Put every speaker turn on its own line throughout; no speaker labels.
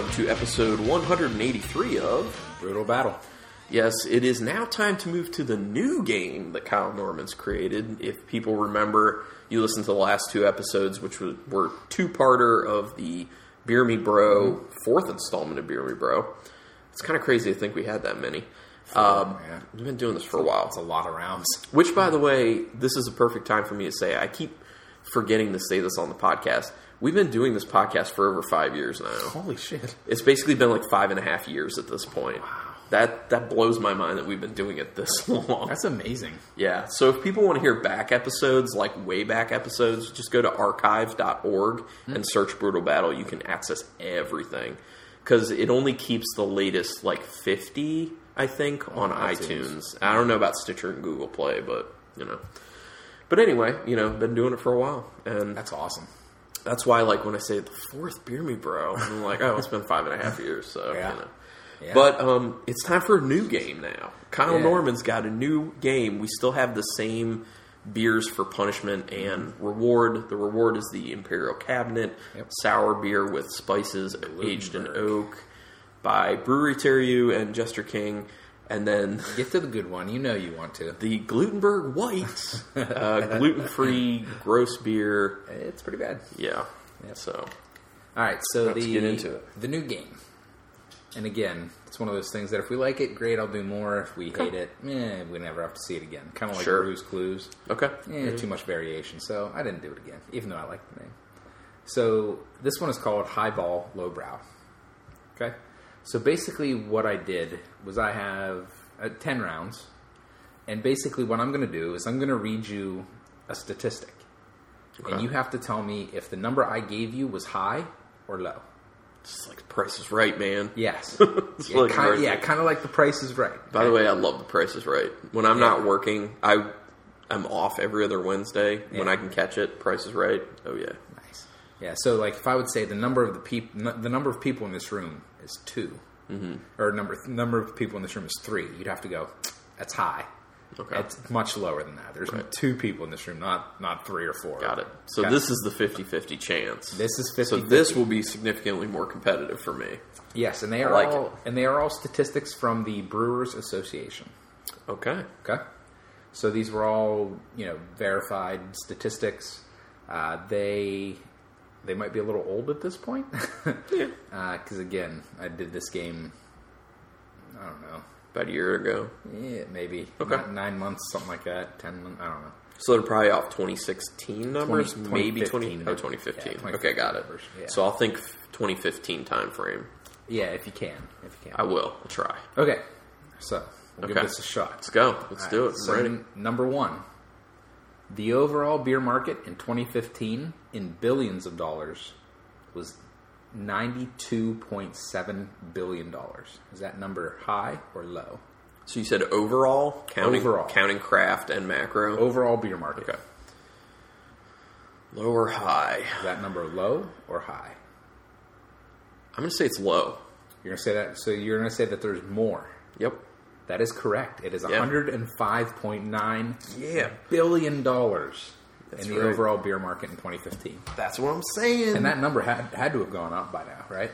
episode 183 of.
Brutal battle.
Yes, it is now time to move to the new game that Kyle Norman's created. If people remember, you listened to the last two episodes, which was, were two parter of the Beer Me Bro fourth installment of Beer Me Bro. It's kind of crazy to think we had that many. Um,
yeah.
We've been doing this for a while.
That's a lot of rounds.
Which, by the way, this is a perfect time for me to say. I keep forgetting to say this on the podcast. We've been doing this podcast for over five years now.
Holy shit.
It's basically been like five and a half years at this point. That that blows my mind that we've been doing it this long.
That's amazing.
yeah. So if people want to hear back episodes, like way back episodes, just go to archive.org and search Brutal Battle. You can access everything because it only keeps the latest like fifty, I think, on iTunes.
iTunes.
I don't know about Stitcher and Google Play, but you know. But anyway, you know, been doing it for a while, and
That's awesome.
that's why, like, when I say the fourth beer me, bro, I'm like, oh, it's been five and a half years, so
Yeah.
you know.
Yeah.
But um, it's time for a new game now. Kyle
Yeah.
Norman's got a new game. We still have the same beers for punishment and reward. The reward is the Imperial Cabinet
Mm-hmm. Yep.
sour beer with spices aged in
Ludenberg.
oak by Brewery Terrier and Jester King, and then
Get to the good one. You know you want to.
the Glutenberg White, uh, gluten-free gross beer.
It's pretty bad.
Yeah.
Yep.
So
All right, so
Let's
the
get into it.
the new game. And again, it's one of those things that if we like it, great, I'll do more. If we hate it, eh, we never have to see it again. Kind of like
Sure.
Blue's Clues.
okay.
Eh, too much variation, so I didn't do it again, even though I like the name. So this one is called Highball Lowbrow. Okay. So basically, what I did was I have uh, ten rounds, and basically what I'm going to do is I'm going to read you a statistic, and
Okay.
you have to tell me if the number I gave you was high or low.
It's like the Price is Right, man.
Yes.
It's
yeah,
like
kind,
crazy.
yeah, kind of like The Price is Right.
By the way, I love The Price is Right. When I'm not working, I I'm off every other Wednesday when
Yeah.
I can catch it. Price is Right. Oh yeah.
Nice. Yeah. So, like, if I would say the number of the people, the number of people in this room is 2 mm-hmm. or number number of people in this room is three. You'd have to go. That's high.
Okay.
It's much lower than that. There's two people in this room, not not three or four.
Got it. So
Okay.
this is the 50-50 chance.
This is
So
50.
this will be significantly more competitive for me.
yes, and they are
like
all and they are all statistics from the Brewers Association.
Okay.
Okay. So these were all, you know, verified statistics. Uh, they they might be a little old at this point.
Yeah.
Because again, I did this game. I don't know.
About a year ago.
Yeah, maybe
Okay.
Ni- nine months, something like that. Ten months. I don't know.
So they're probably off 2016 numbers,
20
maybe 20,
2015.
oh, 2015.
Yeah, 2015
okay, got it.
numbers, yeah.
So I'll think 2015 time frame.
Yeah, if you can, if you
I
can.
will. I'll try.
Okay. So we'll give
Okay.
this a shot.
Let's go. Let's do it. I'm
So
ready.
n- number one, the overall beer market in 2015 in billions of dollars was 92.7 billion dollars. Is that number high or low?
So you said overall, counting
Overall.
counting craft and macro,
Overall beer market.
Okay. low or high.
Is that number low or high?
I'm gonna say it's low.
You're gonna say that. So you're gonna say that there's more.
Yep.
That is correct. It is 105.9
Yeah,
billion dollars
That's
in the
right.
overall beer market in 2015.
that's what I'm saying.
And that number had had to have gone up by now, right?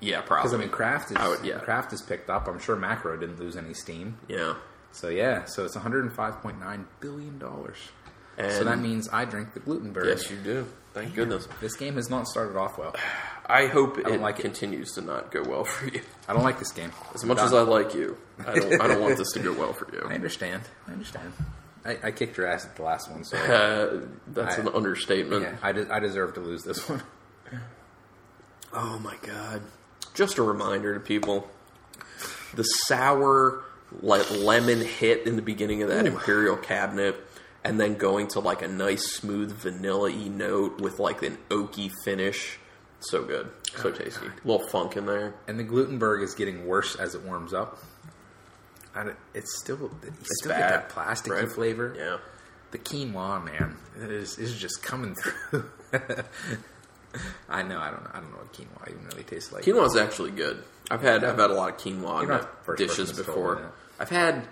yeah, probably.
Because I mean, Kraft is
I would- yeah.
Kraft is picked up. I'm sure Macro didn't lose any steam.
yeah.
So yeah, so it's 105.9 billion dollars. So
And-
that means I drink the Glutenberg.
Yes, you do. Thank goodness.
This game has not started off well.
I hope it
like it.
continues to not go well for you.
I don't like this game
As much as I like you, I don't. I don't want this to go well for
I
you.
understand. I understand. I, I kicked your ass at the last one, so
Uh, that's
I-
an understatement.
yeah, I, de- I deserve to lose this one.
Oh my god! Just a reminder to people: the sour like lemon hit in the beginning of that imperial cabinet, and then going to like a nice smooth vanilla y note with like an oaky finish. So good,
Oh
so tasty. little funk in there.
And the Glutenberg is getting worse as it warms up. I don't- it's still you still get that plasticky
right?
flavor.
Yeah,
The quinoa, man, is is just coming through. I know. I don't. I don't know what quinoa even really tastes like.
quinoa is actually good. I've had I've had a lot of quinoa in
not
my
the first person
dishes
that's told me
before.
that.
I've had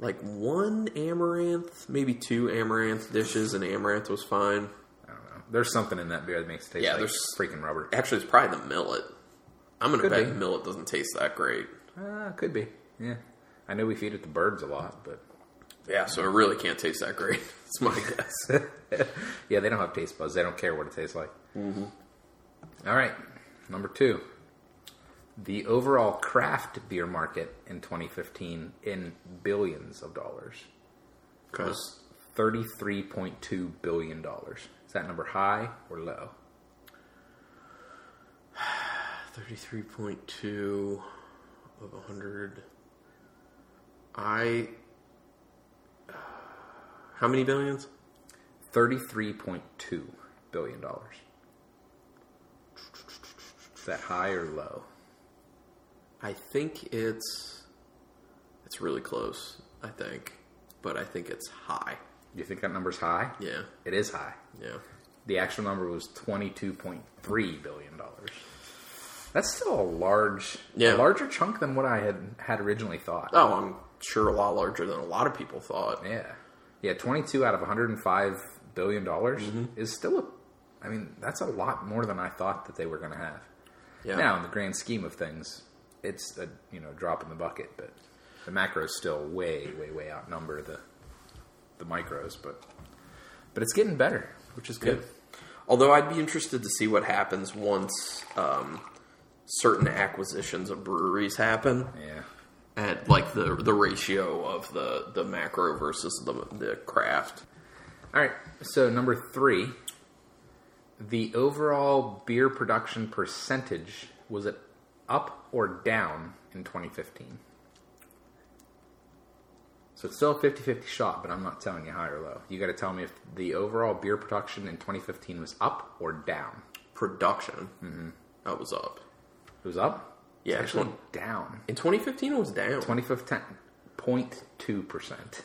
like one amaranth, maybe two amaranth dishes, and amaranth was fine.
I don't know. There's something in that beer that makes it taste
Yeah,
like
there's-
freaking rubber.
Actually, it's probably the millet. I'm gonna
Could
bet
be.
millet doesn't taste that great.
Uh, could be. Yeah. I know we feed it to birds a lot, but
Yeah, so it really can't taste that great. It's my guess.
yeah, they don't have taste buds. They don't care what it tastes like. Mm-hmm. right, number two. The overall craft beer market in 2015 in billions of dollars was 33.2 billion dollars. Is that number high or low?
Thirty-three point two of hundred. I. How many billions?
33.2 billion dollars. Is that high or low?
I think it's. It's really close. I think, but I think it's high.
Do you think that number's high?
Yeah,
It is high.
yeah.
The actual number was twenty-two point three billion dollars. That's still a large,
Yeah.
a larger chunk than what I had had originally thought.
Oh, I'm sure a lot larger than a lot of people thought.
Yeah, yeah, twenty-two out of one hundred and five billion dollars
Mm-hmm.
is still a. I mean, that's a lot more than I thought that they were going to have.
Yeah,
Now, in the grand scheme of things, it's a you know drop in the bucket, but the macros still way, way, way outnumber the the micros, but but it's getting better, which is good.
Although I'd be interested to see what happens once um, certain acquisitions of breweries happen.
Yeah,
at like the the ratio of the the macro versus the the craft.
All right. So number three, the overall beer production percentage was it up or down in 2015? So it's still a 50-50 shot, but I'm not telling you high or low. You got to tell me if the overall beer production in 2015 was up or down.
Production
Mm-hmm.
that was up
It was up.
Yeah,
It's actually
twen-
down.
in 2015. It was down.
2015, percent.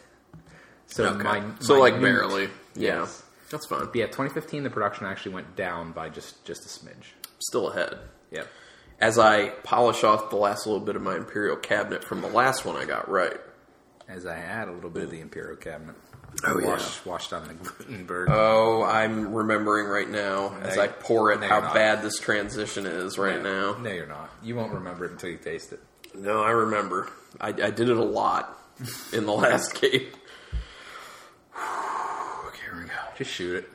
So
Okay.
my
so like
minute-
barely. Yeah,
Yes.
that's fine.
Yeah, 2015 the production actually went down by just just a smidge.
Still ahead.
Yeah.
As I polish off the last little bit of my imperial cabinet from the last one I got right.
As I had a little bit of the Imperial cabinet.
Oh, yeah.
Wash- Washed on the Gutenberg.
Oh, I'm remembering right now as
No,
I pour it
no,
how
you're not.
bad this transition is right now.
No, you're not. You won't remember it until you taste it.
No, I remember. I, I did it a lot in the last game. Here we go.
Just shoot it.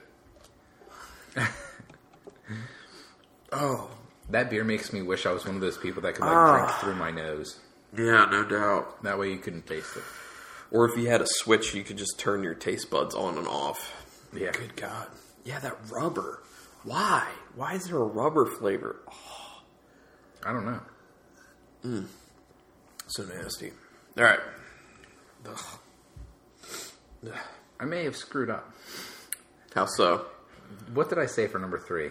Oh.
That beer makes me wish I was one of those people that could like
Ah.
drink through my nose.
Yeah, no doubt.
That way you couldn't taste it.
Or if you had a switch, you could just turn your taste buds on and off.
Yeah.
Good God. Yeah, that rubber. Why? Why is there a rubber flavor? Oh,
I don't know.
so nasty. All right. Ugh. Ugh.
I may have screwed up.
How so?
What did I say for number three?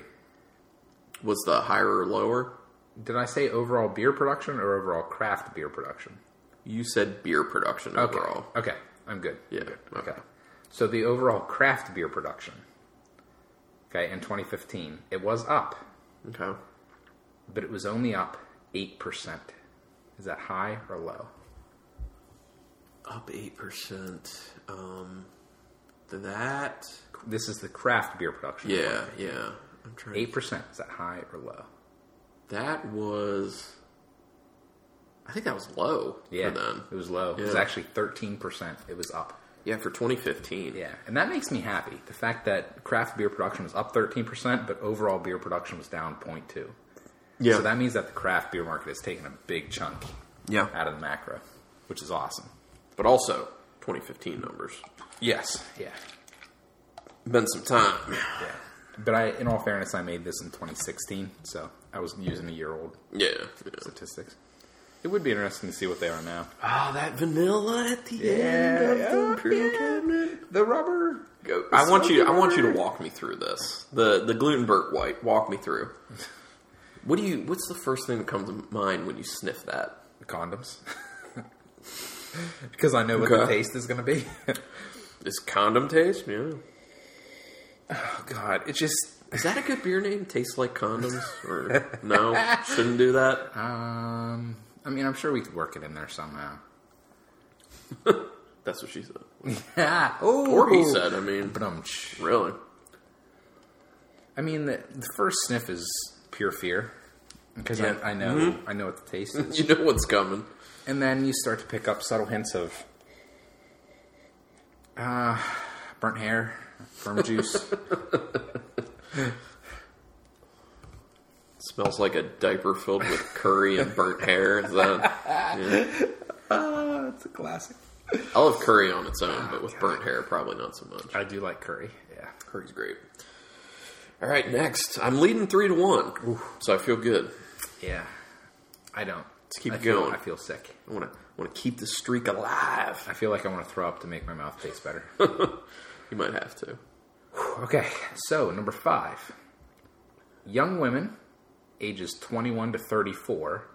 Was the higher or lower?
Did I say overall beer production or overall craft beer production?
You said beer production
Okay.
overall.
Okay. I'm good.
Yeah.
Okay. So the overall craft beer production, okay, in 2015, it was up,
Okay.
but it was only up 8%. Is that high or low?
up eight percent. Um, that
This is the craft beer production.
yeah yeah. I'm trying.
8%. Is that high or low?
That was. I think that was low
Yeah.
for them.
It was low. It was
Yeah.
actually 13%. It was up.
Yeah, for 2015.
Yeah. And that makes me happy. The fact that craft beer production was up 13%, but overall beer production was down 0.2.
yeah,
So that means that the craft beer market has taken a big chunk
yeah.
out of the macro, which is awesome.
But also 2015 numbers.
Yes. Yeah.
Been some time.
Yeah. But I, in all fairness, I made this in 2016, so I was using a year old
Yeah.
statistics. It would be interesting to see what they are now.
Oh, that vanilla at the
end of the Imperial
cabinet.
The rubber.
I want you. I want you to walk me through this. The the Glutenberg white. Walk me through. What do you? What's the first thing that comes to mind when you sniff that?
Condoms. Because I know what the
Okay.
taste is going to be.
Is condom taste? Yeah.
oh, God. It just.
Is that a good beer name? Tastes like condoms? Or no? Shouldn't do that.
Um, I mean, I'm sure we could work it in there somehow.
That's what she said.
Yeah. Oh.
Or he said. I mean,
Ba-dum-tsh.
really?
I mean, the, the first sniff is pure fear. because
Yeah. Mm-hmm.
I, I know I know what the taste is.
You know what's coming.
And then you start to pick up subtle hints of uh, burnt hair, firm juice.
smells like a diaper filled with curry and burnt hair. Is that-
ah, it's a classic.
I love curry on its own, but with burnt hair, probably not so much.
I do like curry. Yeah.
Curry's great. All right, next. I'm leading three to one, so I feel good.
Yeah. I don't.
Let's keep
I
it
feel-
going.
I feel sick.
I want to want to keep the streak alive.
I feel like I want to throw up to make my mouth taste better.
You might have to.
okay, so number five. Young women, ages 21 to 34,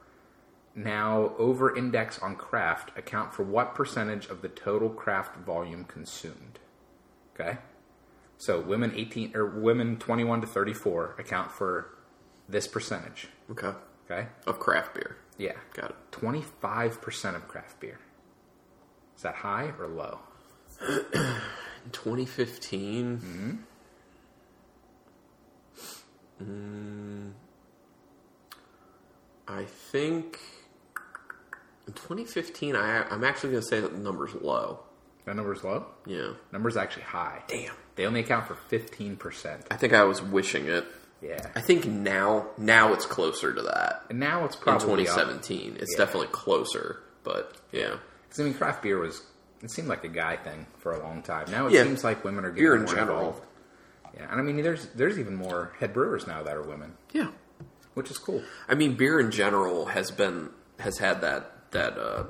now over index on craft, account for what percentage of the total craft volume consumed? Okay? So women 18 or women 21 to 34 account for this percentage.
Okay.
Okay?
Of craft beer.
Yeah.
Got it.
25% of craft beer. Is that high or low?
In 2015. Mm-hmm.
Mm-hmm.
Mm. I think in 2015, I, I'm actually going to say that the number's low.
That number's low?
Yeah.
Number's actually high.
Damn.
They only account for 15%.
I think I was wishing it.
Yeah.
I think now, now it's closer to that.
And now it's
In
probably up.
2017, it's
Yeah.
definitely closer, but yeah.
'Cause, I mean, craft beer was, it seemed like a guy thing for a long time. Now it
Yeah.
seems like women are getting
Beer in
more
general.
involved. Yeah. And I mean, there's, there's even more head brewers now that are women,
Yeah.
which is cool.
I mean, beer in general has been has had that that uh,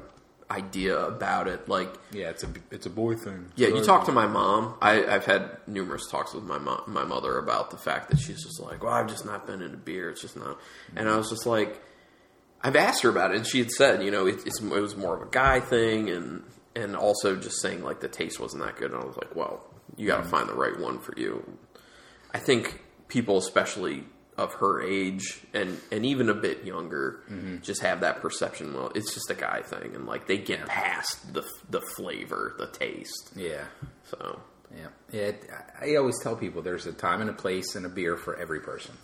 idea about it. Like,
Yeah, it's a, it's a boy thing.
yeah, you talk to my mom. I, I've had numerous talks with my mom, my mother about the fact that she's just like, "Well, I've just not been into beer. It's just not." And I was just like, I've asked her about it, and she had said, you know, it, it's, it was more of a guy thing, and and also just saying like the taste wasn't that good. And I was like, well, you got to find the right one for you. I think people, especially of her age and and even a bit younger, just have that perception. Well, it's just a guy thing, and like they get past the the flavor, the taste.
Yeah.
So
Yeah. yeah it, I I always tell people there's a time and a place and a beer for every person.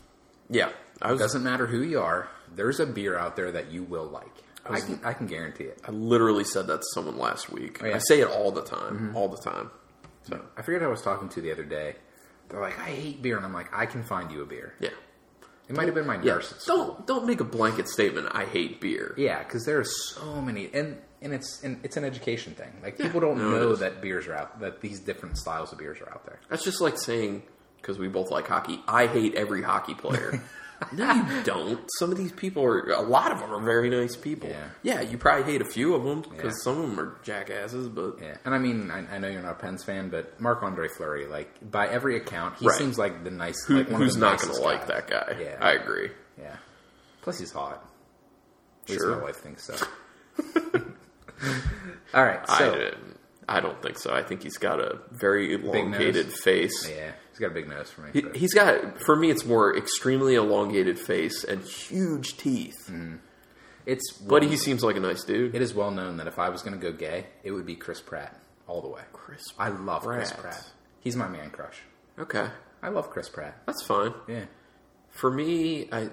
yeah, I was
Doesn't matter who you are, there's a beer out there that you will like. I can, I can guarantee it.
I literally said that to someone last week.
Oh, yeah. Mm-hmm.
I say it all the time, all the time. So
I forget who I was talking to the other day. They're like, I hate beer, and I'm like, I can find you a beer.
yeah.
It might have been my
Yeah,
nurse.
don't don't make a blanket statement. I hate beer.
Yeah, because there are so many, and and it's and it's an education thing. Like people don't
No, it
know
is.
that beers are out, that these different styles of beers are out there.
That's just like saying because we both like hockey. I hate every hockey player. no, you don't. Some of these people are. A lot of them are very nice people.
Yeah.
you probably hate a few of them because
Yeah.
some of them are jackasses. But
Yeah, and I mean, I, I know you're not a Pens fan, but Marc Andre Fleury, like by every account, he
Right.
seems like the nice.
who,
like, one of
who's
the
not going to
nicest
like
guys.
that guy?
Yeah.
I agree.
Yeah. Plus, he's hot. At least
Sure.
my wife thinks so. All right, so
I didn't. I don't think so. I think he's got a very
nose.
elongated face.
yeah, he's got a big nose for me.
He,
but-
he's got for me. It's more extremely elongated face and huge teeth.
Mm-hmm. It's
But he seems like a nice dude.
It is well known that if I was going to go gay, it would be Chris Pratt all the way.
Chris
I love Chris
Pratt.
Pratt. He's my man crush.
Okay,
I love Chris Pratt.
that's fine.
Yeah.
For me, I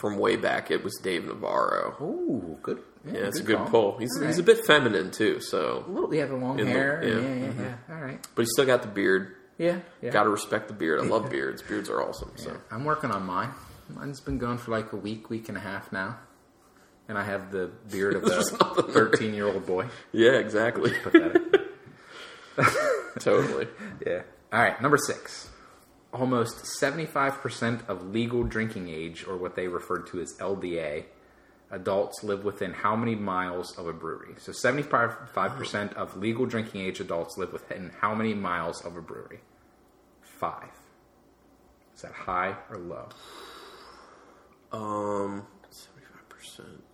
from way back, it was Dave Navarro.
Ooh, good.
Yeah, it's a good pull. He's
All
he's a
right.
bit feminine too, so
Well, we have the long
In the-
hair.
yeah.
yeah, yeah, yeah, All right.
but he's still got the beard.
Yeah, yeah.
Got to respect the beard. I love beards. Beards are awesome. So
I'm working on mine. Mine's been going for like a week, week and a half now, and I have the beard of the
There's nothing there.
thirteen-year-old boy.
yeah, exactly.
Pathetic.
totally.
yeah. All right. Number six. Almost seventy-five percent of legal drinking age, or what they refer to as LDA, adults live within how many miles of a brewery? So seventy-five percent of legal drinking age adults live within how many miles of a brewery? Five. Is that high or low?
Um, seventy five percent.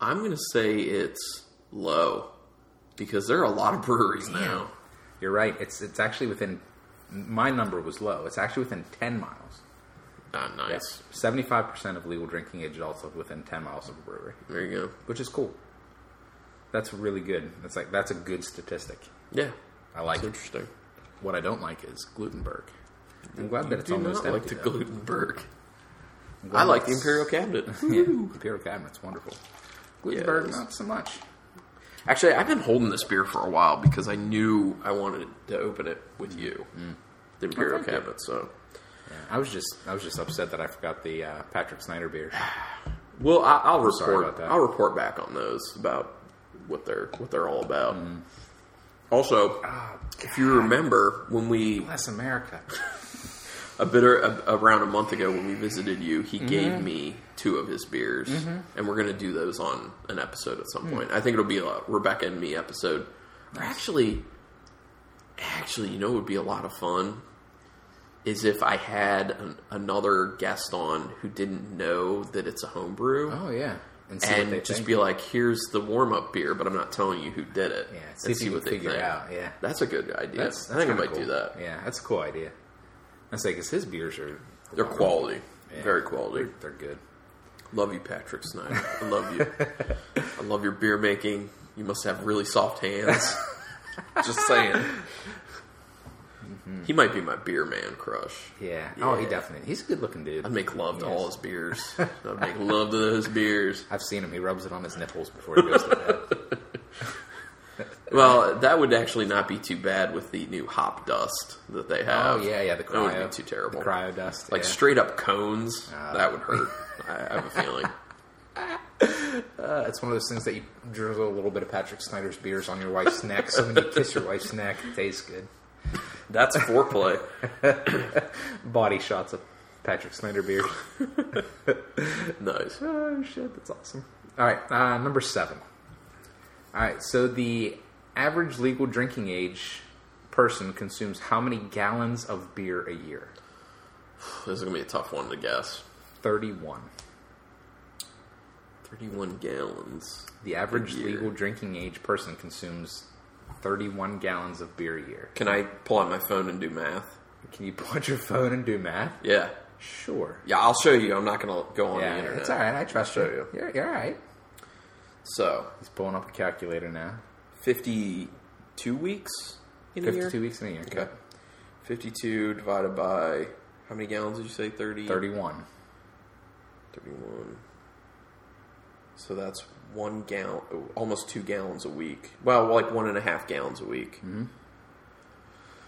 I'm gonna say it's low because there are a lot of breweries now.
You're right. It's it's actually within my number was low. It's actually within ten miles.
Not Ah, nice.
Seventy five percent of legal drinking age adults live within ten miles of a brewery,
There you go.
which is cool. That's really good. That's like that's a good statistic.
Yeah,
I like
it's
it.
interesting.
What I don't like is Glutenberg. I'm glad that it's
Do
almost
not like
empty,
the
though.
Glutenberg. I like the Imperial cabinet.
Yeah, Imperial cabinet's wonderful. Gutenberg,
Yes.
not so much.
Actually, I've been holding this beer for a while because I knew I wanted to open it with you,
Mm.
the Imperial
thank you.
cabinet. So,
Yeah, I was just I was just upset that I forgot the uh, Patrick Snyder beer.
well, I, I'll report.
sorry about that.
I'll report back on those about what they're what they're all about.
Mm.
Also, if
Ah.
you remember when we
Bless America.
a bit or, a, around a month ago when we visited you,
Mm-hmm.
he gave me two of his beers, and we're going to do those on an episode at
Mm.
some point. I think it'll be a Rebecca and me episode. Or actually, actually, you know, what would be a lot of fun is if I had an, another guest on who didn't know that it's a homebrew.
Oh yeah, and see what
And
they
just
think.
be like, here's the warm up beer, but I'm not telling you who did it.
yeah,
and
see if you can figure it out. Yeah,
That's a good idea.
That's-
I think I
that's
might
kinda
do
cool.
that.
Yeah, that's a cool idea. I say because his beers are
They're quality,
Yeah.
very quality.
They're good.
Love you, Patrick Snyder. I love you. I love your beer making. You must have really soft hands. Just saying. He might be my beer man crush.
Yeah. Oh, he
Yeah.
definitely. He's a good looking dude.
I'd make love to
Yes.
all his beers. I'd make love to those beers.
I've seen him. He rubs it on his nipples before he goes to bed.
Well, that would actually not be too bad with the new hop dust that they
Oh
have.
yeah, yeah. The cryo.
That wouldn't be too terrible.
The cryo dust.
Like
yeah.
straight up cones,
Ah.
that would hurt. I I have a feeling.
Uh, it's one of those things that you drizzle a little bit of Patrick Snyder's beers on your wife's neck. So when you kiss your wife's neck, it tastes good.
That's foreplay.
Body shots of Patrick Snyder beer.
Nice.
oh shit, that's awesome. All right, uh, number seven. All right, so the average legal drinking age person consumes how many gallons of beer a year?
This is going to be a tough one to guess.
Thirty-one.
31 gallons.
The average
A year.
legal drinking age person consumes 31 gallons of beer a year.
Can I pull out my phone and do math?
Can you pull out your phone and do math?
Yeah.
Sure.
Yeah, I'll show you. I'm not going to go on the
Yeah,
internet.
it's all right. I trust
I'll
you.
show you.
You're, you're all right.
So,
He's pulling up a calculator now.
52 weeks in a
52
year?
weeks in a year.
Okay. 52 divided by how many gallons did you say? 30?
31.
31. So that's one gallon, almost two gallons a week. Well, like one and a half gallons a week.
Mm-hmm.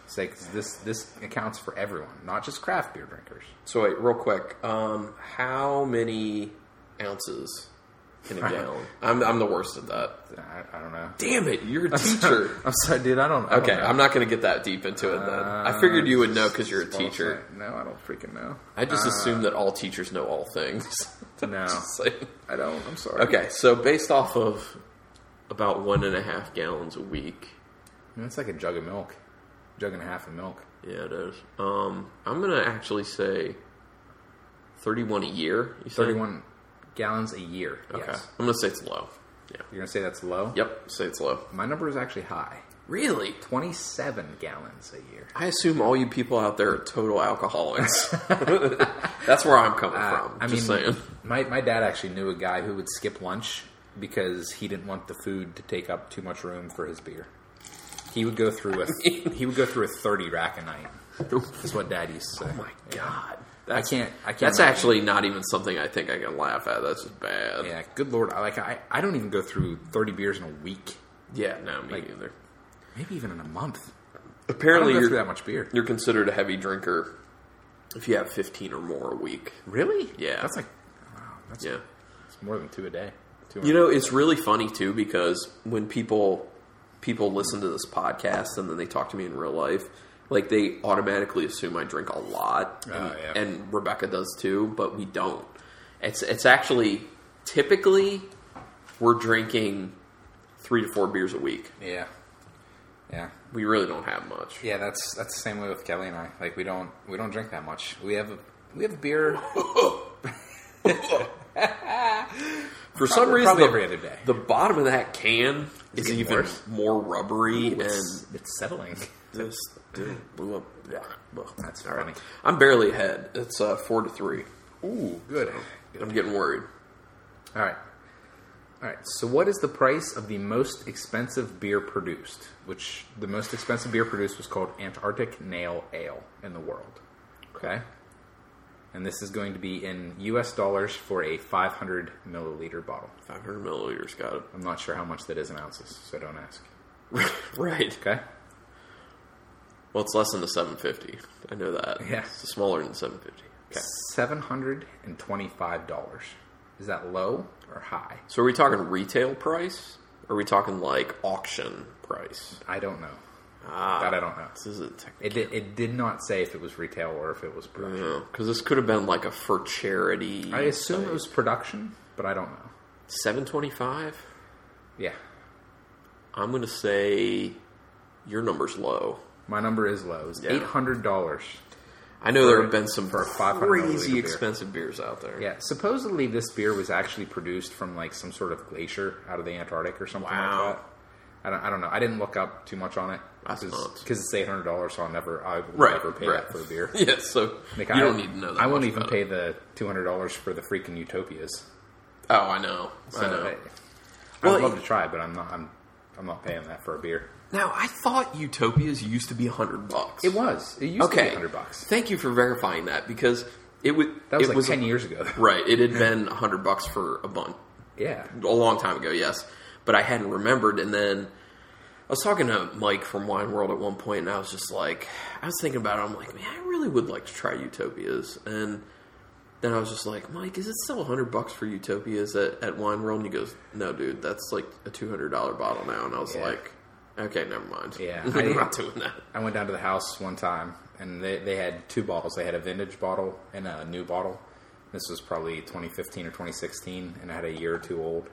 It's like this, this accounts for everyone, not just craft beer drinkers.
So wait, real quick, um, how many ounces in a gallon? I'm, I'm the worst at that.
I, I don't know.
Damn it, you're a teacher.
I'm sorry, dude. I don't I don't
Okay,
know.
I'm not going to get that deep into it then. I figured you would know because you're a
Well,
teacher.
sorry. No, I don't freaking know.
I just assume that all teachers know all things.
Uh, No.
Just saying.
I don't. I'm sorry.
okay, so based off of about one and a half gallons a week,
That's like a jug of milk. Jug and a half of milk.
yeah, it is. Um, I'm going to actually say 31 a year. You said?
31 gallons a year.
Okay,
Yes.
I'm going to say it's low. Yeah.
You're going to say that's low?
Yep, say it's low.
My number is actually high
Really?
27 gallons a year.
I assume all you people out there are total alcoholics. That's where I'm coming
Uh,
from.
I mean,
just saying.
My, my dad actually knew a guy who would skip lunch because he didn't want the food to take up too much room for his beer. He would go through a he would go through a thirty rack a night. Is what Dad used to say.
Oh my god.
I
That's,
can't. I can't.
that's
imagine-
actually not even something I think I can laugh at. That's just bad.
Yeah. Good lord. I like. I, I don't even go through thirty beers in a week.
Yeah, no, me neither.
Maybe even in a month. I don't
Apparently
go
you're
through that much beer.
you're considered a heavy drinker if you have 15 or more a week.
Really?
Yeah.
That's like. Wow. That's,
Yeah.
that's more than two a day. Two
You know, it's really funny too because when people people listen to this podcast and then they talk to me in real life, like they automatically assume I drink a lot, and,
Oh, yeah.
and Rebecca does too, but we don't. It's it's actually typically we're drinking three to four beers a week.
Yeah. Yeah.
We really don't have much.
Yeah, that's that's the same way with Kelly and I. Like we don't we don't drink that much. We have we have beer.
For some reason,
probably
the,
every other day.
the bottom of that can is
getting
even
worse.
more rubbery and
It's, it's settling.
This dude blew up. Yeah, well,
That's
all right.
funny.
I'm barely ahead. It's uh, four to three.
Ooh, good.
I'm getting worried.
All right. All right. So what is the price of the most expensive beer produced? Which the most expensive beer produced was called Antarctic Nail Ale in the world. Okay. and this is going to be in U.S. dollars for a 500 milliliter bottle.
500 milliliters, got
I'm not sure how much that is in ounces, so don't ask.
it. right.
Okay.
Well, it's less than the 750. I know that.
Yeah.
It's smaller than 750. Okay.
Seven hundred and twenty-five dollars. Is that low or high?
So are we talking retail price? Or are we talking like auction price?
I don't know.
Ah.
That I don't know.
This isn't technical.
It did, it did not say if it was retail or if it was
Mm-hmm.
production.
Because this could have been like a for charity.
I assume it was production, but I don't know.
725?
Yeah,
I'm going to say your number's low.
my number is low. It's
Yeah.
eight hundred dollars.
I know there have been some
for a 500 milliliter
crazy
beer.
expensive beers out there.
Yeah, supposedly this beer was actually produced from like some sort of glacier out of the Antarctic or something
Wow.
like that. I don't, I don't know. I didn't look up too much on it
That's nuts.
because it's eight hundred dollars, so I'll never I will
Right,
never pay
right.
that for a beer.
Yeah, so
Like,
you
I,
don't need to know that.
I won't
much
even
about
pay
it.
the two hundred dollars for the freaking Utopias.
Oh, I know. I
So,
know.
I,
Well,
would love
it-
to try, but I'm not. I'm I'm not paying that for a beer.
Now, I thought Utopias used to be 100 bucks.
It was. It used to
okay.
be hundred bucks.
Thank you for verifying that because it would
That was
it
like
was
ten years ago.
right. It had been 100 bucks for a bunch
Yeah.
a long time ago, yes. But I hadn't remembered and then I was talking to Mike from Wine World at one point and I was just like I was thinking about it, I'm like, man, I really would like to try Utopias and then I was just like, Mike, is it still 100 bucks for Utopias at, at Wine World? And he goes, No, dude, that's like a $200 bottle now. And I was
Yeah.
like, Okay, never mind.
Yeah, I-
I'm not doing that.
I went down to the house one time, and they, they had two bottles. They had a vintage bottle and a new bottle. This was probably 2015 or 2016, and I had a year or two old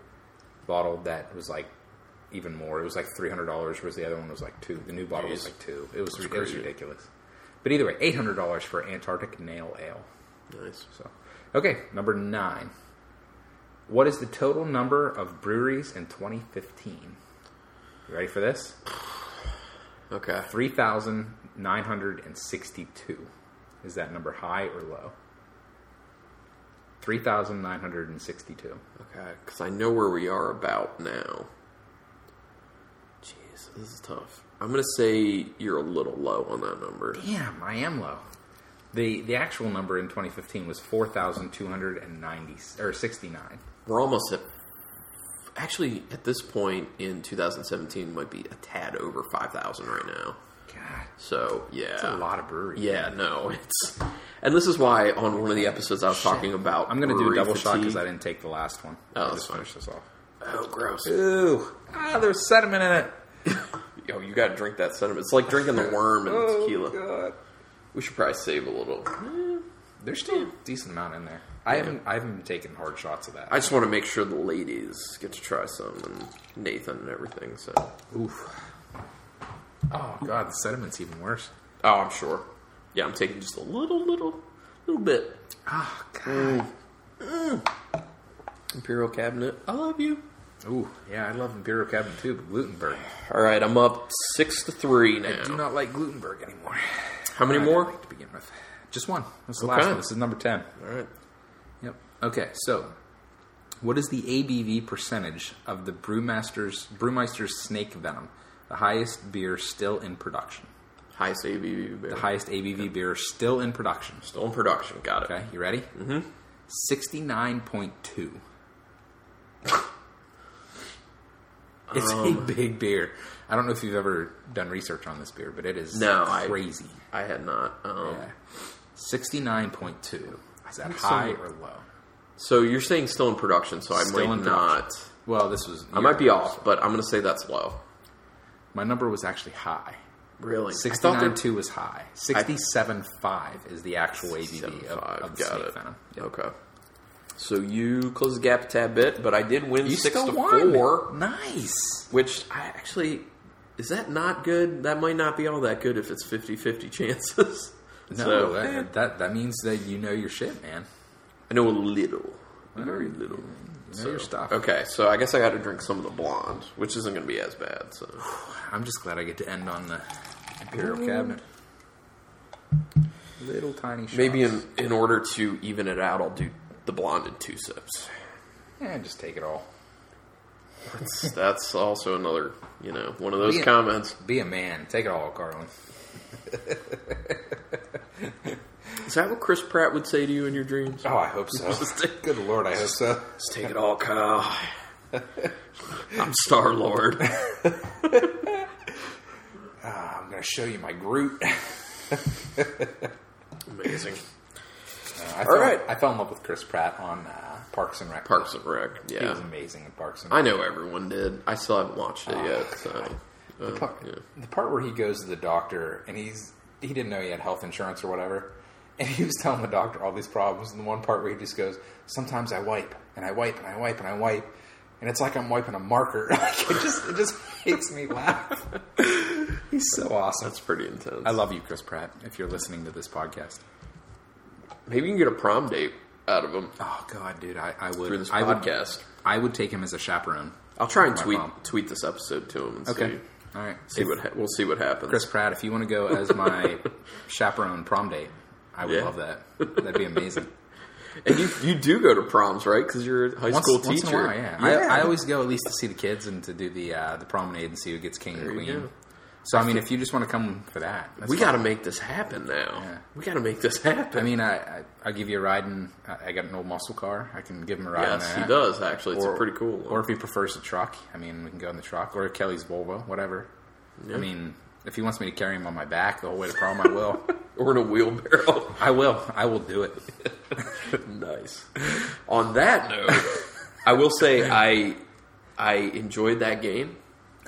bottle that was like even more. It was like $300, whereas the other one was like two. The new bottle was
Jeez.
like two. It was it was
crazy.
ridiculous. But either way, $800 for Antarctic Nail Ale.
Nice.
So, okay, number nine. What is the total number of breweries in 2015? You ready for this?
Okay.
3,962. Is that number high or low? 3,962.
Okay, because I know where we are about now. Jeez, this is tough. I'm gonna say you're a little low on that number.
Damn, I am low. The the actual number in 2015 was 4,290 or 69.
We're almost at. Actually, at this point in 2017, might be a tad over 5,000 right now.
God,
So yeah,
a lot of breweries.
Yeah, no, it's and this is why on one of the episodes I was talking about.
I'm gonna do a
brewery
double shot
fatigue.
because I didn't take the last one.
Oh,
I'll
that's
just
fine.
finish this off.
Oh, gross!
Ooh, ah, there's sediment in it.
Yo, you gotta drink that sediment. It's like drinking the worm and tequila.
Oh, God.
We should probably save a little.
There's still a decent amount in there. I haven't I haven't been taking hard shots of that.
I just want to make sure the ladies get to try some and Nathan and everything. So,
Oof. Oh god, the sediment's even worse.
oh, I'm sure. Yeah, I'm taking just a little, little, little bit. Mm.
Oh god.
Imperial cabinet. I love you.
Ooh, yeah, I love Imperial Cabin too, but Glutenberg.
All right, I'm up six to three now.
I do not like Glutenberg anymore.
How many
I
more?
didn't like to begin with. Just one. This is the last
Okay.
one. This is number ten.
All right.
Yep. Okay, so what is the ABV percentage of the Brewmaster's Brewmeister's Snake Venom, the highest beer still in production?
Highest ABV beer.
The highest ABV beer still in production.
Still in production. Got it.
Okay, you ready? Mm-hmm. Sixty-nine point two. It's
Um,
a big beer. I don't know if you've ever done research on this beer, but it is
No, I-
crazy.
I had not. Um,
Sixty-nine point two. Is that
so.
high or low?
So you're saying still in production? So I
Still
might
in
not.
production. Well, this was.
I might be off, but I'm gonna say that's low.
My number was actually high.
Really? I thought there-
Sixty-nine two was high. Sixty-seven five is the actual ABV of,
75,
of the
got
snake
it.
venom. Yep.
Okay. So you closed the gap a tad bit, but I did win
You
six
still
to
won.
four,
Nice.
which I actually is that not good? That might not be all that good if it's 50-50 chances.
No,
so,
that,
eh,
that that means that you know your shit, man.
I know a little, very little.
You know your stuff.
Okay, so I guess I got to drink some of the blonde, which isn't going to be as bad. So
I'm just glad I get to end on the Imperial cabinet. Little tiny shots.
maybe in in order to even it out, I'll do the blonde in two sips.
yeah, just take it all.
That's, that's also another, you know, one of those
Yeah.
comments.
Be a man. Take it all, Carlin.
Is that what Chris Pratt would say to you in your dreams?
Oh, I hope so. Good lord, I hope so.
Let's take it all, Kyle. I'm Star Lord.
Ah, I'm gonna show you my Groot. Uh,
Amazing.
I
All
fell,
right.
I fell in love with Chris Pratt on uh, Parks and Rec.
Parks and Rec.
He was
Yeah.
amazing in Parks and Rec.
I know everyone did. I still haven't watched it yet. So.
Ah.
um,
The part,
yeah.
the part where he goes to the doctor and he's he didn't know he had health insurance or whatever, and he was telling the doctor all these problems. And the one part where he just goes, "Sometimes I wipe and I wipe and I wipe and I wipe," and it's like I'm wiping a marker. Like, it just it just makes me laugh. he's so awesome.
That's pretty intense.
I love you, Chris Pratt. If you're listening to this podcast,
Maybe you can get a prom date out of him
oh god, dude, I, I would
through this
I would,
podcast.
I would take him as a chaperone.
I'll try and
My
tweet
mom.
tweet this episode to him and
Okay,
see,
all right.
see what ha- we'll see what happens.
Chris Pratt, if you want to go as my chaperone prom date, I would
Yeah.
love that. That'd be amazing.
And you you do go to proms right? Because you're a high
Once,
school
once
teacher.
in a while, yeah. I, I always go at least to see the kids and to do the uh, the promenade and see who gets king
There
and
you
queen.
go.
So I mean, if you just want to come for that, that's
we
fine.
got to make this happen now.
Yeah.
We got to make this happen.
I mean, I, I I give you a ride in. I I got an old muscle car. I can give him a ride. in
yes, he
that.
does actually. It's
Or-
a pretty cool one.
Or if he prefers the truck, I mean, we can go in the truck or Kelly's Volvo, whatever. I mean, if he wants me to carry him on my back the whole way to prom, I will.
or in a wheelbarrow.
I will. I will do it.
nice. On that note, I will say I I enjoyed that game.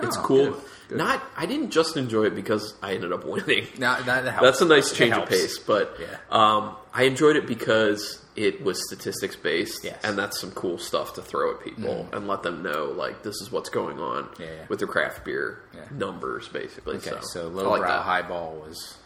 It's
Oh,
cool.
good, good.
Not I didn't just enjoy it because I ended up winning.
Now that, that helps.
That's a nice
It
change of
helps.
pace, but
Yeah.
um, I enjoyed it because it was statistics based,
Yes. Mm-hmm.
and that's some cool stuff to throw at people and let them know like this is what's going on
Yeah, yeah.
with their craft beer
Yeah.
numbrows, basically.
Okay,
so,
so,
I
low
like
brow,
that.
high ball was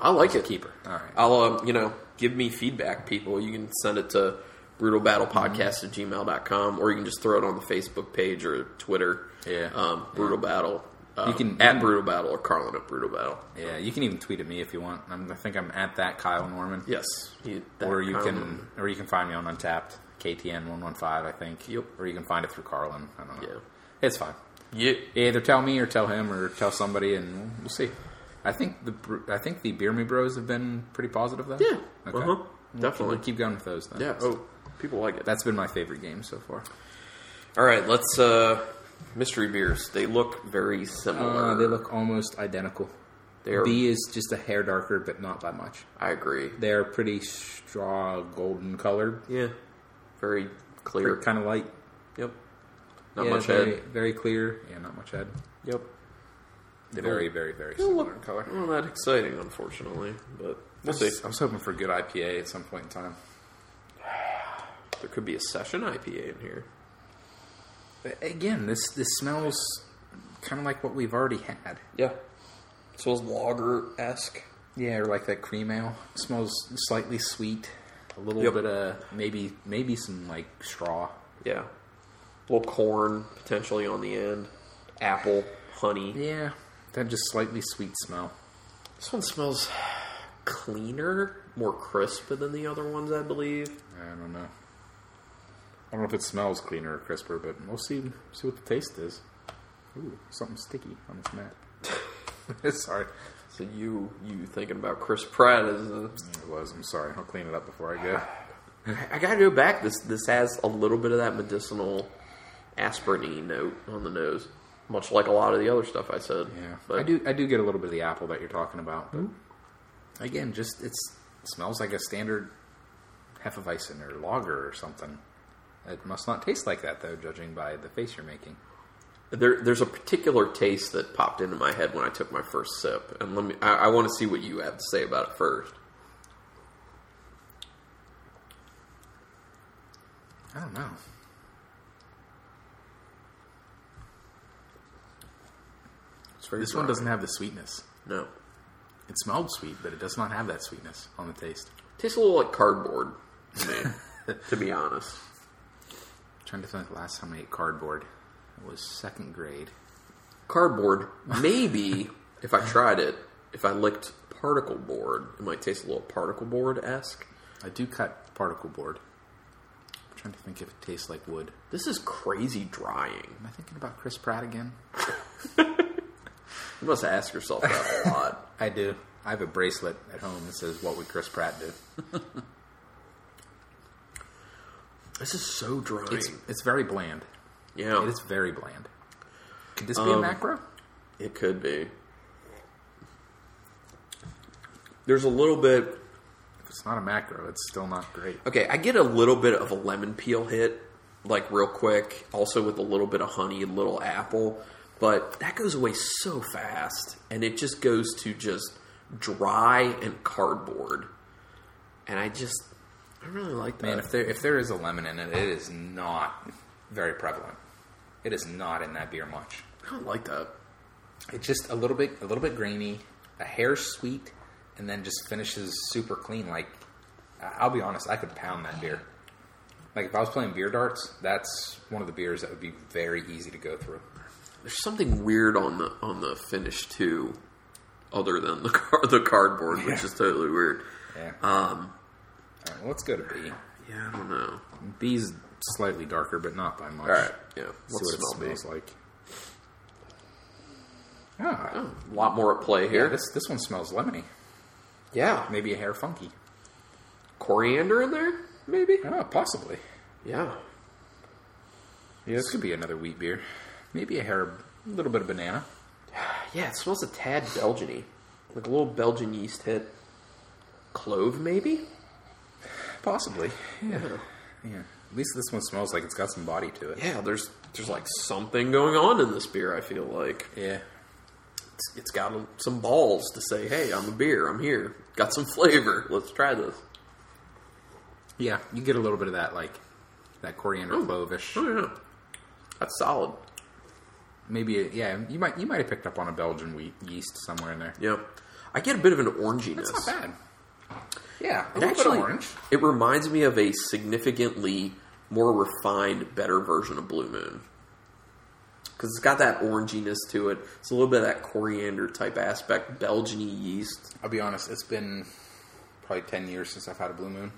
I like it.
keeper. All right.
I'll um, you know give me feedback, people. You can send it to brutalbattlepodcast at gmail.com or you can just throw it on the Facebook page or Twitter.
Yeah.
um, brutal battle. Um,
You can-
at brutal battle or Carlin at brutal battle.
Yeah, you can even tweet at me if you want. I'm, I think I'm at that Kyle Norman.
Yes, you, that
Or you
Carlin-
can, or you can find me on Untapped KTN one one five, I think.
Yep.
Or you can find it through Carlin. I don't know.
Yeah.
It's fine.
Yeah.
Either tell me or tell him or tell somebody, and we'll see. I think the br- I think the Beer Me Bros have been pretty positive though.
Yeah.
Okay.
Uh-huh.
We'll
Definitely.
keep going with those then.
Yeah. Oh, people like it.
That's been my favorite game so far.
All right. Let's uh, mystery beers. They look very similar.
Uh, they look almost identical.
They are-
B is just a hair darker, but not by much.
I agree.
They're pretty straw golden colored.
Yeah. Very
They're
clear.
kind of light.
Yep. Not
yeah,
much
very,
head.
Very clear. Yeah, not much head.
Yep.
Very, very, very
They don't
similar in
look
color.
not that exciting, unfortunately. But we'll
I
see.
was- I was hoping for good IPA at some point in time.
There could be a session IPA in here.
But again, this this smells kind of like what we've already had.
Yeah. So it's lager esque.
Yeah, or like that cream ale. It smells slightly sweet. A little
Yep.
bit of maybe maybe some like straw.
Yeah. A little corn potentially on the end. Apple, honey.
Yeah, that just slightly sweet smell.
This one smells cleaner, more crisp than the other ones, I believe.
I don't know. I don't know if it smells cleaner or crisper, but we'll see see what the taste is. Ooh, something sticky on this mat. sorry,
So you you thinking about Chris Pratt as a,
it was. I'm sorry. I'll clean it up before I go.
I gotta go back. This this has a little bit of that medicinal aspirin note on the nose, much like a lot of the other stuff I said.
Yeah,
but
I do. I do get a little bit of the apple that you're talking about, but again, just it's it smells like a standard hefeweizen or lager or something. It must not taste like that though, judging by the face you're making.
There, there's a particular taste that popped into my head when I took my first sip, and let me. I, I want to see what you have to say about it first.
I don't know.
It's very
This one
dry.
doesn't have the sweetness.
No,
It smelled sweet, but it does not have that sweetness on the taste.
tastes a little like cardboard to me, to be honest.
trying to think last time I ate cardboard. It was second grade.
cardboard. Maybe if I tried it, if I licked particle board, it might taste a little particle board esque.
I do cut particle board. I'm trying to think if it tastes like wood.
This is crazy drying.
Am I thinking about Chris Pratt again?
You must ask yourself that a lot.
I do. I have a bracelet at home that says "What would Chris Pratt do?"
This is so dry.
It's it's very bland.
yeah,
It is very bland. Um, Could this be a macro?
It could be. There's a little bit.
If it's not a macro, it's still not great.
Okay, I get a little bit of a lemon peel hit, like real quick. Also with a little bit of honey, a little apple, but that goes away so fast, and it just goes to just dry and cardboard. And I just, I really like that.
Man, if there if there is a lemon in it, it is not very prevalent. It is not in that beer much.
I don't like that.
It's just a little bit a little bit grainy, a hair sweet, and then just finishes super clean. Like I- I'll be honest, I could pound that beer. Like if I was playing beer darts, that's one of the beers that would be very easy to go through.
There's something weird on the on the finish too, other than the car, the cardboard, which
Yeah.
is totally weird.
Yeah.
Um,
All right, well, let's go to B.
yeah, I don't know.
B's slightly darker, but not by much.
All right, yeah.
Let's see what it smells like. Ah,
Oh, A lot more at play
yeah,
here.
this this one smells lemony.
Yeah.
Maybe a hair funky.
Coriander in there, maybe?
Oh, possibly.
Yeah.
Yeah, this could be another wheat beer. Maybe a hair, a little bit of banana.
Yeah, it smells a tad Belgian-y. Like a little Belgian yeast hit. Clove, maybe?
Possibly. Yeah. Yeah. At least this one smells like it's got some body to it.
Yeah, there's there's like something going on in this beer, I feel like.
Yeah.
It's, it's got a, some balls to say, hey, I'm a beer, I'm here. Got some flavor, let's try this.
Yeah. You get a little bit of that, like, that coriander clovish.
Oh, yeah. That's solid.
Maybe, a, yeah. You might you might have picked up on a Belgian wheat yeast somewhere in there.
Yeah. I get a bit of an oranginess.
That's not bad. Yeah. A
It
little
actually,
bit of orange.
it reminds me of a significantly more refined, better version of Blue Moon. Because it's got that oranginess to it. It's a little bit of that coriander type aspect, Belgian yeast.
I'll be honest. It's been probably ten years since I've had a Blue Moon,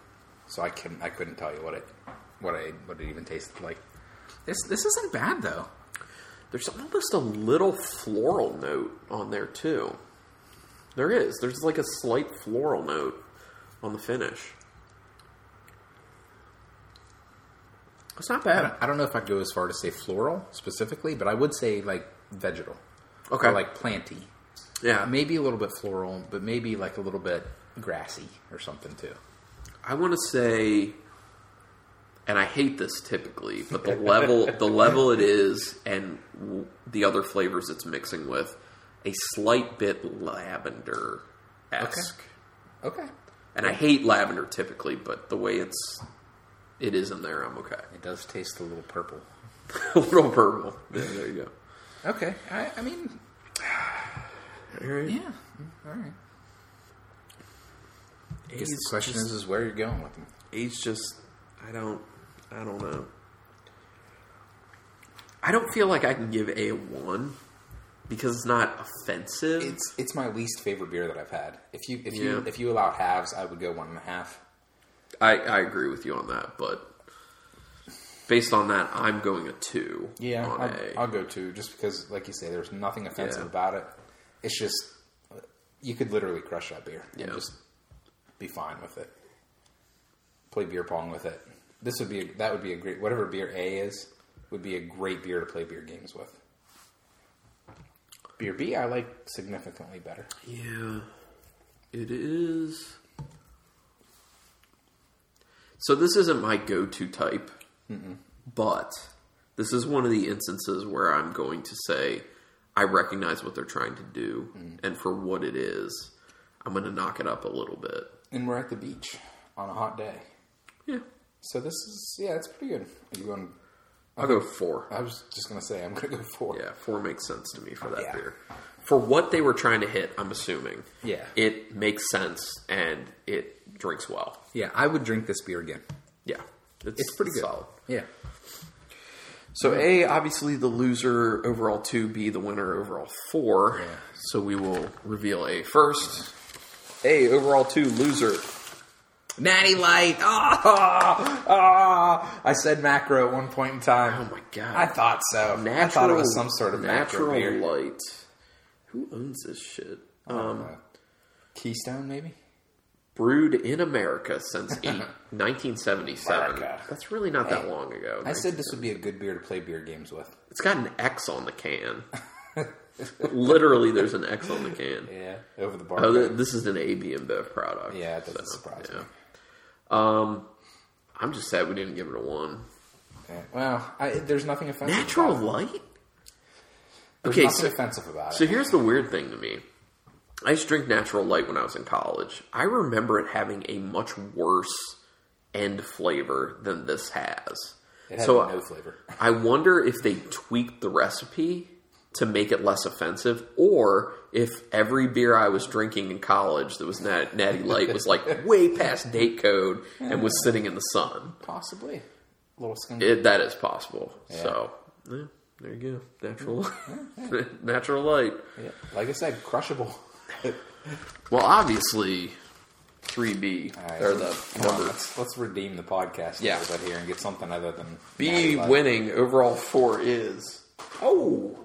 so I couldn't I couldn't tell you what it what I what it even tasted like. This this isn't bad though.
There's almost a little floral note on there, too. There is. There's like a slight floral note on the finish. It's not
I
bad.
don't, I don't know if I'd go as far to say floral specifically, but I would say like vegetal.
Okay.
Or like planty.
Yeah.
Maybe a little bit floral, but maybe like a little bit grassy or something too.
I want to say, and I hate this typically, but the level the level it is, and w- the other flavors it's mixing with, a slight bit lavender esque.
Okay.
And I hate lavender typically, but the way it's it is in there, I'm okay.
It does taste a little purple.
a little purple. Yeah, there you go.
Okay. I, I mean, yeah. All right. I guess the question is, is where you're going with them.
Age just I don't I don't know. I don't feel like I can give a one because it's not offensive.
It's it's my least favorite beer that I've had. If you if
Yeah.
you if you allowed halves, I would go one and a half.
I, I agree with you on that, but based on that, I'm going a two.
Yeah,
on
I'll,
a.
I'll go two, just because, like you say, there's nothing offensive
Yeah.
about it. It's just you could literally crush that beer
Yeah.
and just be fine with it. Play beer pong with it. This would be that would be a great whatever beer A is would be a great beer to play beer games with. Beer B I like significantly better.
yeah, it is. So this isn't my go-to type, but this is one of the instances where I'm going to say I recognize what they're trying to do, and for what it is, I'm going to knock it up a little bit.
And we're at the beach on a hot day,
Yeah,
so this is yeah, it's pretty good. Are you going?
I'll go four.
I was just gonna say I'm gonna go four.
Yeah, four makes sense to me for that
Yeah.
beer. For what they were trying to hit, I'm assuming.
Yeah.
It makes sense and it drinks well.
yeah, I would drink this beer again.
Yeah. It's,
It's pretty good.
solid.
Yeah.
So A obviously the loser overall two, B the winner overall four.
Yeah.
So we will reveal A first. A overall two loser.
Natty Light. Ah, ah. I said macro at one point in time.
Oh my god.
I thought so. I thought it was some sort of
natural
macro beer.
light. Who owns this shit? Um,
Uh, Keystone, maybe?
Brewed in America since 8, 1977.
America.
That's really not that
Hey,
long ago.
I said this would be a good beer to play beer games with.
It's got an X on the can. Literally, there's an X on the can.
Yeah. Over the bar.
Oh, th- this is an AB InBev product.
yeah, it doesn't surprise me.
I'm just sad we didn't give it a one.
Yeah. Well, I, there's nothing offensive.
Natural
About it.
light.
There's
Okay,
nothing
so-
offensive about
So
it.
here's the weird thing to me. I used to drink natural light when I was in college. I remember it having a much worse end flavor than this has.
It had
so
no flavor.
I wonder if they tweaked the recipe to make it less offensive, or if every beer I was drinking in college that was nat- Natty Light was like way past date code and was sitting in the sun.
Possibly. Little skin.
It, that is possible. So yeah, there you go, natural, natural light.
Yeah. Like I said, crushable.
Well, obviously, three B
All right,
or
so-
the
come on,
number
let's, let's redeem the podcast
Yeah.
a little bit here and get something other than
B
Natty Light.
winning overall four is oh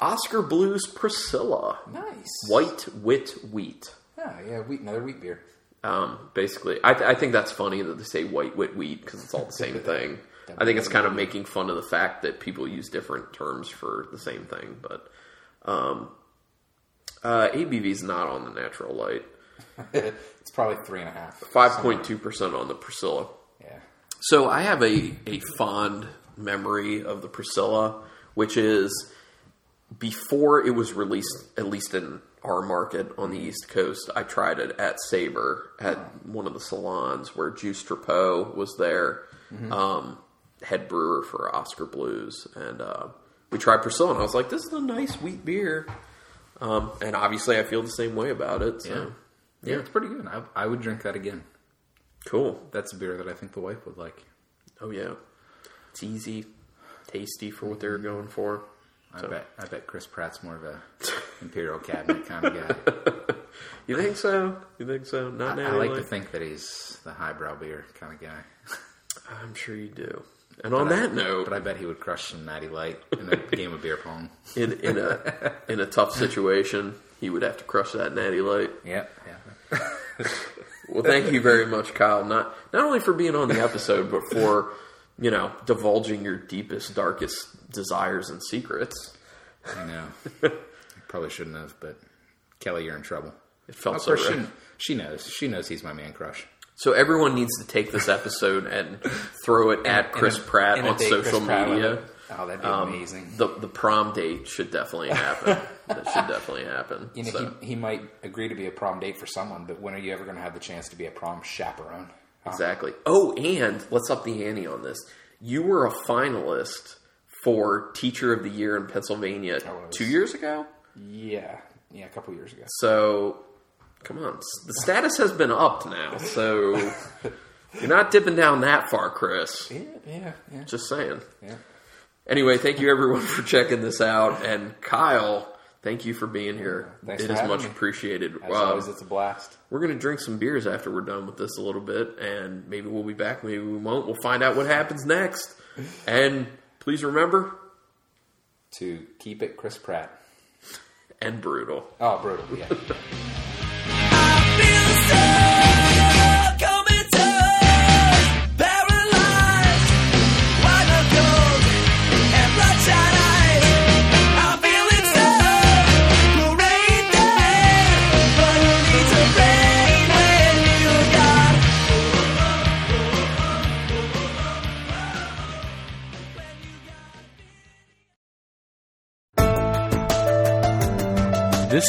Oscar Blues Priscilla
Nice.
White Wit Wheat.
Yeah, yeah, wheat, another wheat beer.
Um, basically, I, th- I think that's funny that they say white wit wheat because it's all the same thing. I think it's kind of making fun of the fact that people use different terms for the same thing. But um, uh, ABV is not on the natural light.
it's probably three and a half.
Five point two percent on the Priscilla.
Yeah.
So I have a, a fond memory of the Priscilla, which is before it was released, at least in our market on the East Coast, I tried it at Sabre at one of the salons where Juice Drapeau was there, um, head brewer for Oscar Blues. And uh, we tried Priscilla, and I was like, this is a nice wheat beer. Um, and obviously, I feel the same way about it. So,
Yeah, it's pretty good. I, I would drink that again.
cool.
That's a beer that I think the wife would like.
Oh yeah, it's easy, tasty for what they were going for.
I bet I bet Chris Pratt's more of a Imperial Cabinet kind of guy.
You think so? You think so? Not
I
now.
like to think that he's the highbrow beer kind of guy.
I'm sure you do. And on that note,
But I bet he would crush some Natty Light in a game of beer pong.
in in a in a tough situation, he would have to crush that natty light.
Yep. Yeah.
Well, thank you very much, Kyle. Not not only for being on the episode, but for you know divulging your deepest, darkest desires and secrets.
I know. I probably shouldn't have, but Kelly, you're in trouble.
It felt
Of
so. uh,
course,
right.
she, she knows. She knows he's my man crush.
So everyone needs to take this episode and throw it at Chris
And a-
Pratt
and a
on
date
social
Chris Pratt with
media. Um,
it. Oh, that'd be amazing.
The the prom date should definitely happen. that should definitely happen.
You know,
so,
he, he might agree to be a prom date for someone, but when are you ever going to have the chance to be a prom chaperone? Uh, Huh?
exactly. Oh, and let's up the ante on this. You were a finalist for Teacher of the Year in Pennsylvania
was.
two years ago.
Yeah, yeah, a couple years ago.
So, come on, S- the status has been upped now. So you're not dipping down that far, Chris.
Yeah, yeah, yeah.
Just saying.
yeah.
Anyway, thank you everyone for checking this out, and Kyle, thank you for being here.
Thanks
it
for
is
having
much
me.
appreciated.
As
Uh,
always, it's a blast.
we're gonna drink some beers after we're done with this a little bit, and maybe we'll be back. Maybe we won't. We'll find out what happens next. And please remember,
To keep it Chris Pratt.
and brutal.
Oh, brutal. Yeah.
This